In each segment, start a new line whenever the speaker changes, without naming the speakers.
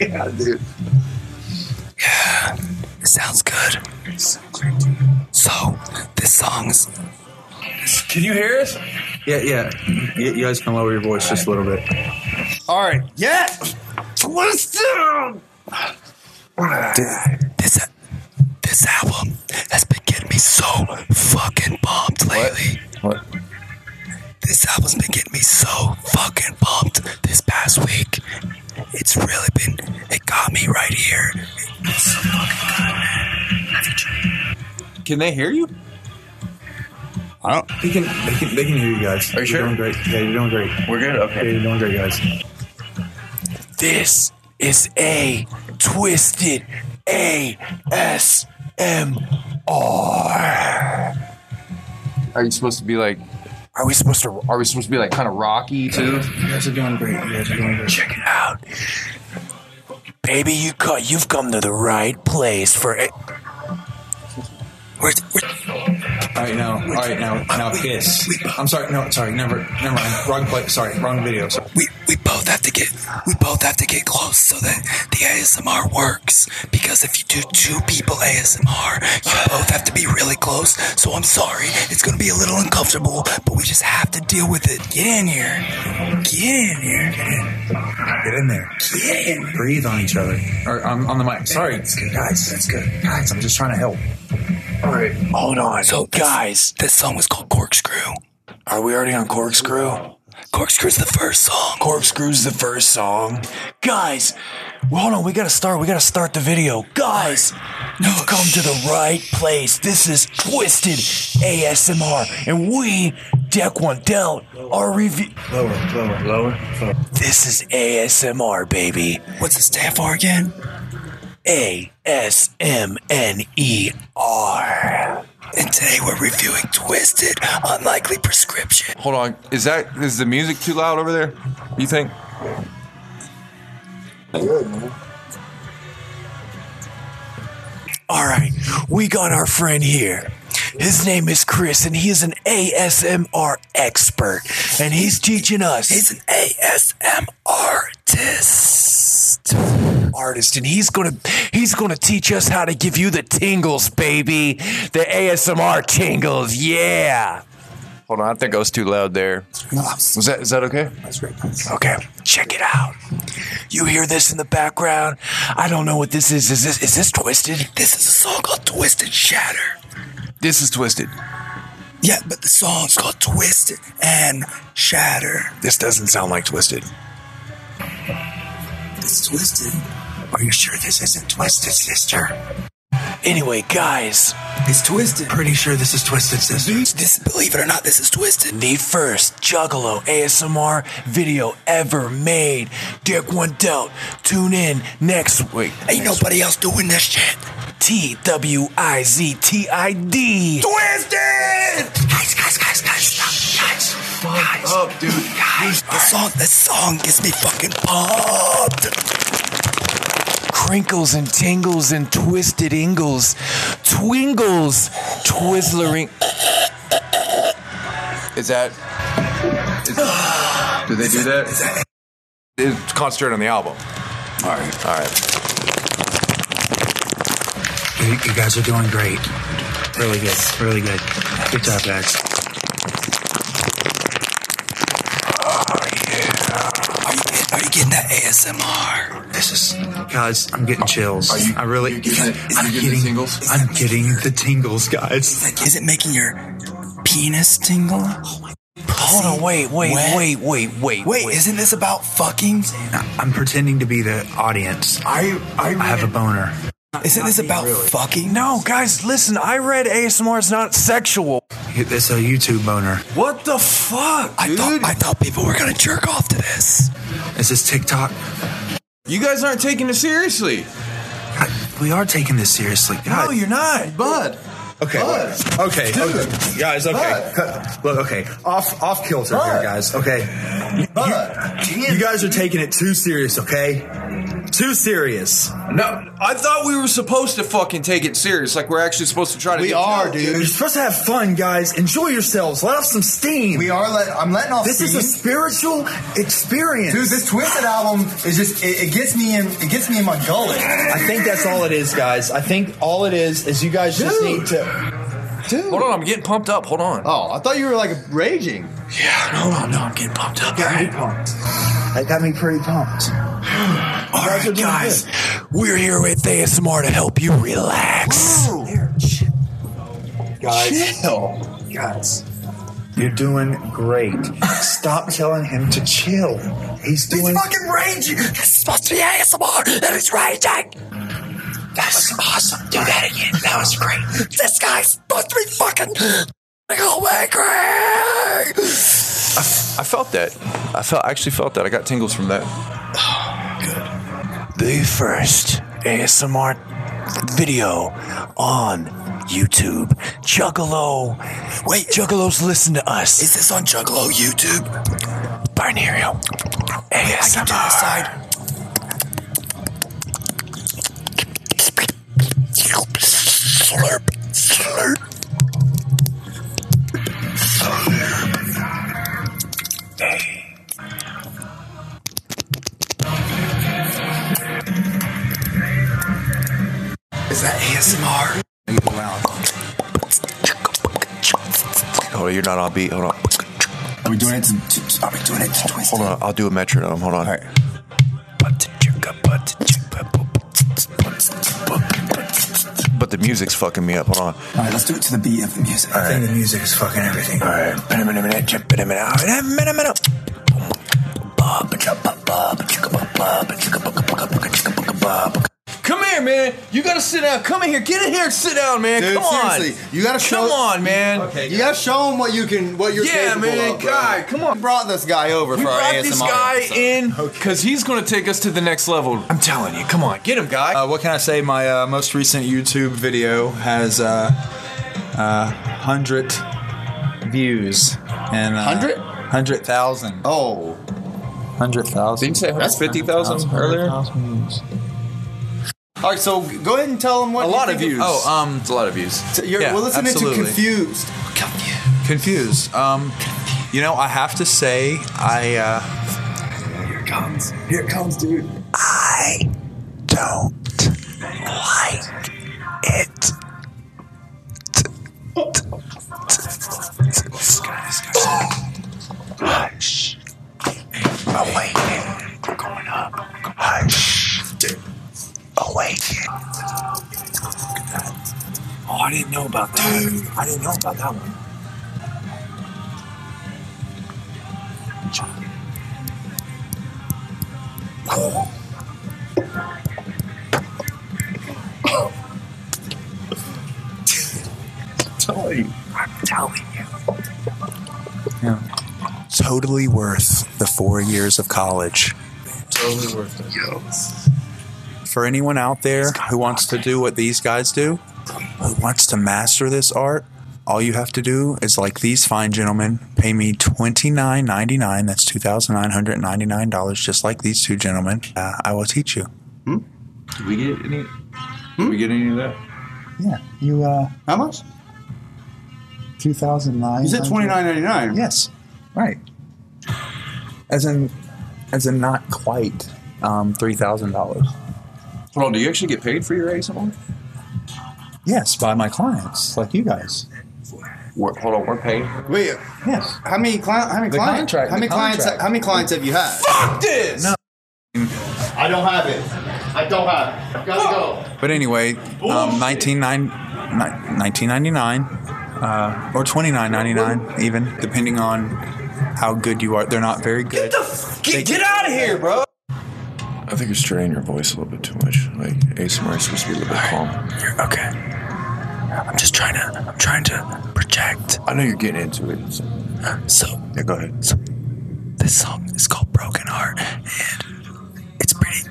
yeah, dude.
Yeah, it sounds good.
It's so great, dude.
So, this song's.
Can you hear us?
Yeah, yeah. You, you guys can lower your voice just a little bit.
All right.
Yeah! Listen!
Dude, this this album has been getting me so fucking pumped lately.
What?
This album's been getting me so fucking pumped this past week. It's really been. It got me right here. It's so fucking good, man. Have you tried-
Can they hear you?
I don't.
They can. They can. They can hear you
Are
guys.
you
you're
sure?
Doing great. Yeah, you're doing great.
We're good.
Yeah,
Okay.
you're doing great, guys.
This is a twisted ASMR.
Are you supposed to be like?
Are we supposed to
Are we supposed to be like kind of rocky too?
You guys are doing great. You guys are doing great.
check it out? Baby, you cut, you've come to the right place for it. Where's, where,
All right, now. All right, now. Now, kiss. I'm sorry. No, sorry. Never. Never mind. Wrong play. Sorry. Wrong video. Sorry.
we we both have to get we both have to get close so that the ASMR works. Because if you do two people ASMR, you both have to be really close. So I'm sorry, it's gonna be a little uncomfortable, but we just have to deal with it. Get in here, get in here,
Get in there.
get in. here.
Breathe on each other. Or um, on, on the mic. Sorry, guys. That's good. Guys, I'm just trying to help.
All right.
Hold on, so guys, this song was called Corkscrew.
Are we already on Corkscrew?
Corkscrew's the first song.
Corkscrew's the first song. Guys, well, hold on, we gotta start. We gotta start the video. Guys, you've come to the right place. This is Twisted ASMR, and we, Deck One Del, are review.
Lower. Lower. Lower. Lower.
This is ASMR, baby.
What's it stand for again?
A S M N E R.
And today we're reviewing Twisted Unlikely Prescription.
Hold on. Is that is the music too loud over there? You think?
All right, we got our friend here. His name is Chris, and he is an ASMR expert, and he's teaching us.
He's an ASM artist.
artist and he's gonna he's gonna teach us how to give you the tingles baby the asmr tingles yeah
Hold on. I think I was too loud there. Was that is that okay?
okay check it out you hear this in the background i don't know what this is is this is this twisted
This is a song called Twisted Shatter.
This is twisted.
Yeah, but the song's called Twisted and Shatter.
this doesn't sound like twisted
It's twisted. Are you sure this isn't Twisted Sister?
anyway guys
It's twisted.
pretty sure this is twisted sister
This, believe it or not, this is twisted.
the first Juggalo ASMR video ever made. Dick One Dealt. Tune in next week.
Ain't nobody else doing this shit.
T W I Z T I D.
Twisted! Guys, guys, guys, guys, stop. Guys, guys.
Up, dude.
Guys, the song, the song gets me fucking pumped.
crinkles and tingles and twisted ingles, twingles, twizzlering.
Is that? Is, do they do that? It's concentrate on the album. All right. All right.
You, you guys are doing great. Really good. Really good. Good job, guys.
Are you, get- are you getting that ASMR?
This is, guys, I'm getting chills. I really, I'm
getting the
getting,
tingles?
I'm getting the tingles, guys.
Like, is it making your penis tingle?
Hold on, wait, wait,
What?
wait, wait, wait,
Wait, isn't this about fucking?
I'm pretending to be the audience. I, I, have a boner.
Isn't this about fucking?
No, guys, listen. I read ASMR is not sexual.
It's a YouTube boner.
What the fuck?
I thought,
Dude.
I thought people were gonna jerk off to this.
Is this TikTok?
You guys aren't taking it seriously,
God, we are taking this seriously. God.
No, you're not.
bud.
Okay. Okay. okay. Guys, okay. Cut. Look, okay. Off off kilter here, guys. Okay. You, you guys are taking it too serious, okay?
Too serious.
No, I thought we were supposed to fucking take it serious. Like we're actually supposed to try to.
We
get-
are,
You're
dude.
supposed to have fun, guys. Enjoy yourselves. Let off some steam.
We are. Let, I'm letting off.
this is a
steam.
spiritual experience.
Dude, this Twisted album is just it, it gets me in it gets me in my gullet.
I think that's all it is, guys. I think all it is is you guys just
Dude.
need to.
Dude.
Hold on, I'm getting pumped up. Hold on.
Oh, I thought you were like raging.
Got me pumped. That got me pretty pumped.
All
guys are
right,
doing
guys, we're here with ASMR to help you relax.
Guys, guys, you're doing great. Stop telling him to chill. He's doing.
raging. This is supposed to be ASMR, and it's raging. That's awesome. Do that again. That was great. This guy's supposed to be fucking oh angry.
I felt that. I felt. I actually felt that. I got tingles from that.
The first ASMR video on YouTube. Juggalo. Wait, Juggalos, listen to us. Is this on Juggalo YouTube? Barnerio. ASMR. Slurp. Slurp. Is that ASMR?
Hold on, you're not on beat. Hold on.
Are we doing it to, to Are we doing it to Twisted?
Hold on. I'll do a metronome. Hold on. All right. But the music's fucking me up. Hold on.
All right, let's do it to the beat of the music.
I think the music is fucking everything.
All right. Been a minute, minute, jump, been a minute, all right, a minute, minute.
Come here, man. You gotta sit down. Come in here. Get in here. and Sit down, man.
Dude,
Come on.
seriously, you gotta show-
Come on, man.
You gotta show him what you can, what you're
Yeah,
capable
man,
of, bro.
God, come on.
We brought this guy over
We
for our
brought
ASMR.
this guy
so.
in because he's gonna take us to the next level. I'm telling you. Come on, get him, guy.
Uh, what can I say? My uh, most recent YouTube video has uh, uh, hundred views and uh,
100?
hundred thousand,
Oh,
hundred thousand.
say that's fifty thousand earlier?
all right. So go ahead and tell him what
A
you
lot of
think
views.
Oh, um,
it's a lot of views.
So You're,
yeah,
we're listening
absolutely.
to confused.
confused. Um, you know, I have to say, I uh,
Here it comes, dude.
I don't like it. This guy, this guy's Hush. Awaken. We're going up. Hush. Awaken. Oh, I didn't know about that. I didn't know about that one. I'm telling you. Totally worth the four years of college.
for anyone out there who wants to do what these guys do, who wants to master this art, all you have to do is like these fine gentlemen, pay me twenty nine ninety nine. That's two thousand nine hundred ninety nine dollars, just like these two gentlemen. Uh, I will teach you.
Hmm?
Hmm?
Did we get any? Did we get any of that?
Yeah, you uh,
How much?
two thousand nine.
You said twenty nine ninety nine.
Yes, right. As in, as in, not quite um, three thousand dollars.
Hold on. Do you actually get paid for your ASMR?
Yes, by my clients, like you guys.
We're, hold on, we're paid.
Wait,
Yes.
how many clients? How many
The
clients?
contract,
How many
the
clients?
contract.
How many clients have you had?
This.
I don't have it. I don't have it. Gotta go.
But anyway, um, 19, nine, ni- 1999 uh, or 29.99 even, depending on how good you are. They're not very good.
Get, get out of here, bro. I think you're straining your voice a little bit too much. Like ASMR is supposed to be a little bit calm.
You're okay. I'm just trying to. I'm trying to project.
I know you're getting into it. So.
So
Yeah, go ahead.
This song is called Broken Heart, and it's pretty.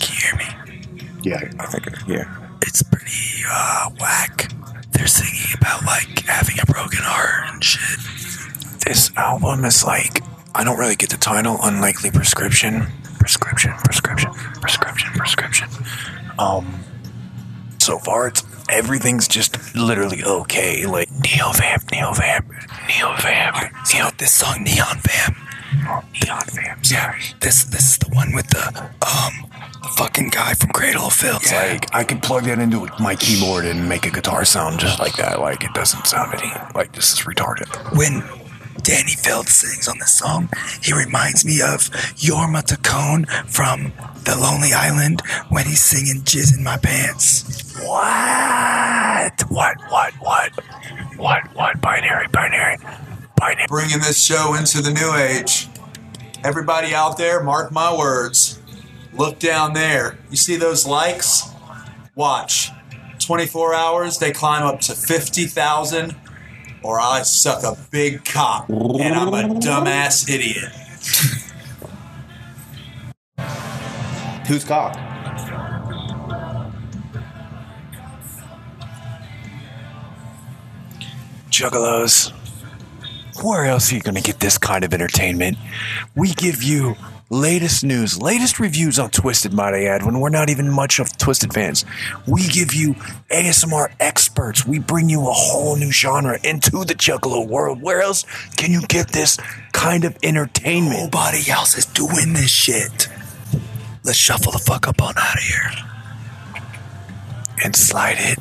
Can you hear me?
Yeah, I think. Yeah.
It's pretty uh, whack. They're singing about like having a broken heart and shit. This album is like I don't really get the title. Unlikely prescription. Prescription. Prescription. Prescription.
prescription. Um, so far it's everything's just literally okay. Like neo vamp, neo vamp, neo vamp, neo.
This song, Neon Fam.
Neon vamp.
Sorry. This this is the one with the um the fucking guy from Cradle of Filth. Yeah.
Like I could plug that into my keyboard and make a guitar sound just like that. Like it doesn't sound any like this is retarded.
When Danny Feld sings on this song, he reminds me of Yorma Tacone from The Lonely Island when he's singing Jizz in My Pants.
What? What? What? What? What? What? Binary, binary, binary.
Bringing this show into the new age. Everybody out there, mark my words. Look down there. You see those likes? Watch. 24 hours, they climb up to 50,000, or I suck a big cock and I'm a dumbass idiot.
Who's cock?
Juggalos, where else are you going to get this kind of entertainment? We give you latest news, latest reviews on Twisted, might I add, when we're not even much of Twisted fans. We give you ASMR experts. We bring you a whole new genre into the Juggalo world. Where else can you get this kind of entertainment?
Nobody else is doing this shit. Let's shuffle the fuck up on out of here.
And slide it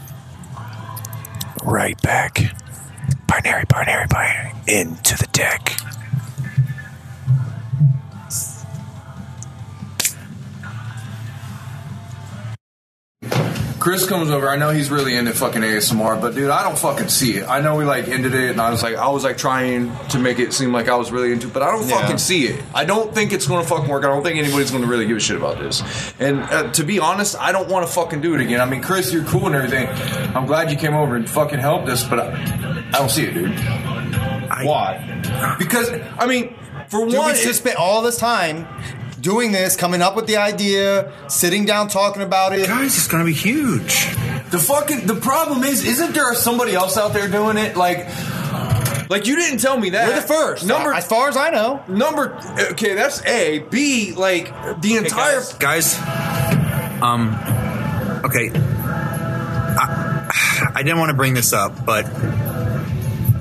right back. Binary, binary, binary, into the deck.
Chris comes over. I know he's really into fucking ASMR, but dude, I don't fucking see it. I know we like ended it, and I was like, I was like trying to make it seem like I was really into, it, but I don't fucking see it. I don't think it's gonna fucking work. I don't think anybody's gonna really give a shit about this. And uh, to be honest, I don't want to fucking do it again. I mean, Chris, you're cool and everything. I'm glad you came over and fucking helped us, but I, I don't see it, dude. Why? Because I mean, for
Dude,
one,
we
it-
just spent all this time doing this, coming up with the idea, sitting down talking about it.
Guys, it's gonna be huge.
The fucking the problem is, isn't there somebody else out there doing it? Like, like you didn't tell me that.
We're the first.
number.
as far as I know.
number. Okay, that's A. B. Like the entire.
guys, um, okay. I, I didn't want to bring this up, but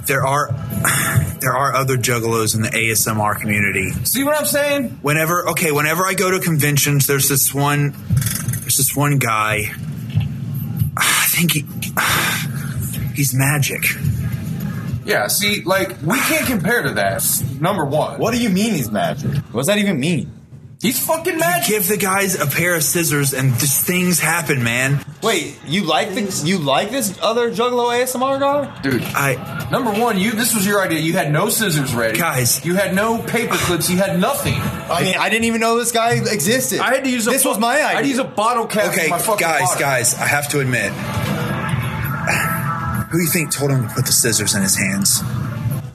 there are there are other juggalos in the ASMR community.
see what I'm saying?
Whenever okay, whenever I go to conventions, there's this one there's this one guy. I think he he's magic.
Yeah. See, like we can't compare to that. Number one.
What do you mean he's magic? What does that even mean?
He's fucking magic.
Give the guys a pair of scissors and just things happen, man.
Wait, you like this? You like this other Juggalo ASMR guy?
Dude,
I
number one, you this was your idea. You had no scissors ready.
Guys.
You had no paper clips, you had nothing.
I mean, I didn't even know this guy existed.
I had to use a
this
fu-
was my
I had to
idea.
use a bottle cap
okay,
for my fucking
guys,
water.
guys, I have to admit. Who do you think told him to put the scissors in his hands?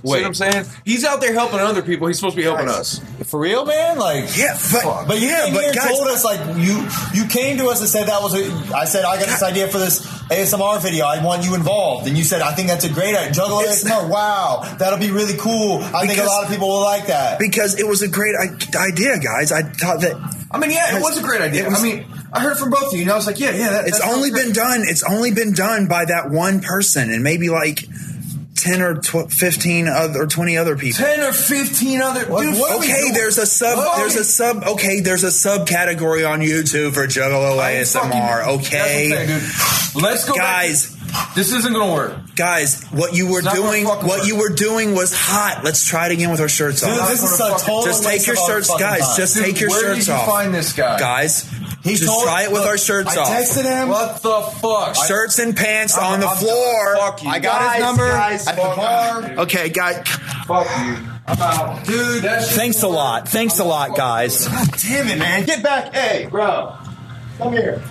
See what I'm saying? He's out there helping other people. He's supposed to be helping us.
For real, man? Like,
Yeah, but,
But you
yeah,
came
but
here and
guys,
told us like you you came to us and said that was a, I said I got this idea for this ASMR video. I want you involved, and you said I think that's a great idea. Juggalo
It's-
ASMR. Wow, that'll be really cool. I think a
Because-
lot of people will like that.
because it was a great i- idea, guys. I thought that
I mean, yeah, it was a great idea.
It was-
I mean, I heard from both of you, and I was like, yeah, yeah. That,
it's
that sounds
only
great.
been done. It's only been done by that one person, and maybe like ten or tw- fifteen other, or twenty other people.
ten or fifteen other. dude,
what are we
Okay,
doing?
there's a sub.
What?
There's a sub. Okay, there's a subcategory on YouTube for Juggalo
I ain't fucking-
ASMR. Okay,
that's what I'm saying, dude. Let's go, back to-
Guys.
this isn't gonna work.
guys, what you were
It's not gonna
doing,
fucking
what
work.
you were doing was hot. Let's try it again with our shirts
Dude,
off.
this is a total
Just take
waste
your
of our
shirts,
fucking
guys.
time.
Just
Dude,
take your
where
shirts
did you
off,
find this guy?
guys.
He
just
told-
try it with
look,
our shirts
I
off.
texted him.
What the fuck?
shirts and pants
I'm-
on the
I'm-
floor.
Fuck you.
I got his number
guys,
at the
fuck
bar.
you.
Okay, guys.
Fuck you. I'm out. Dude, that's
Thanks a lot. Thanks a lot, guys.
Damn it, man! Get back, hey.
Bro, come here.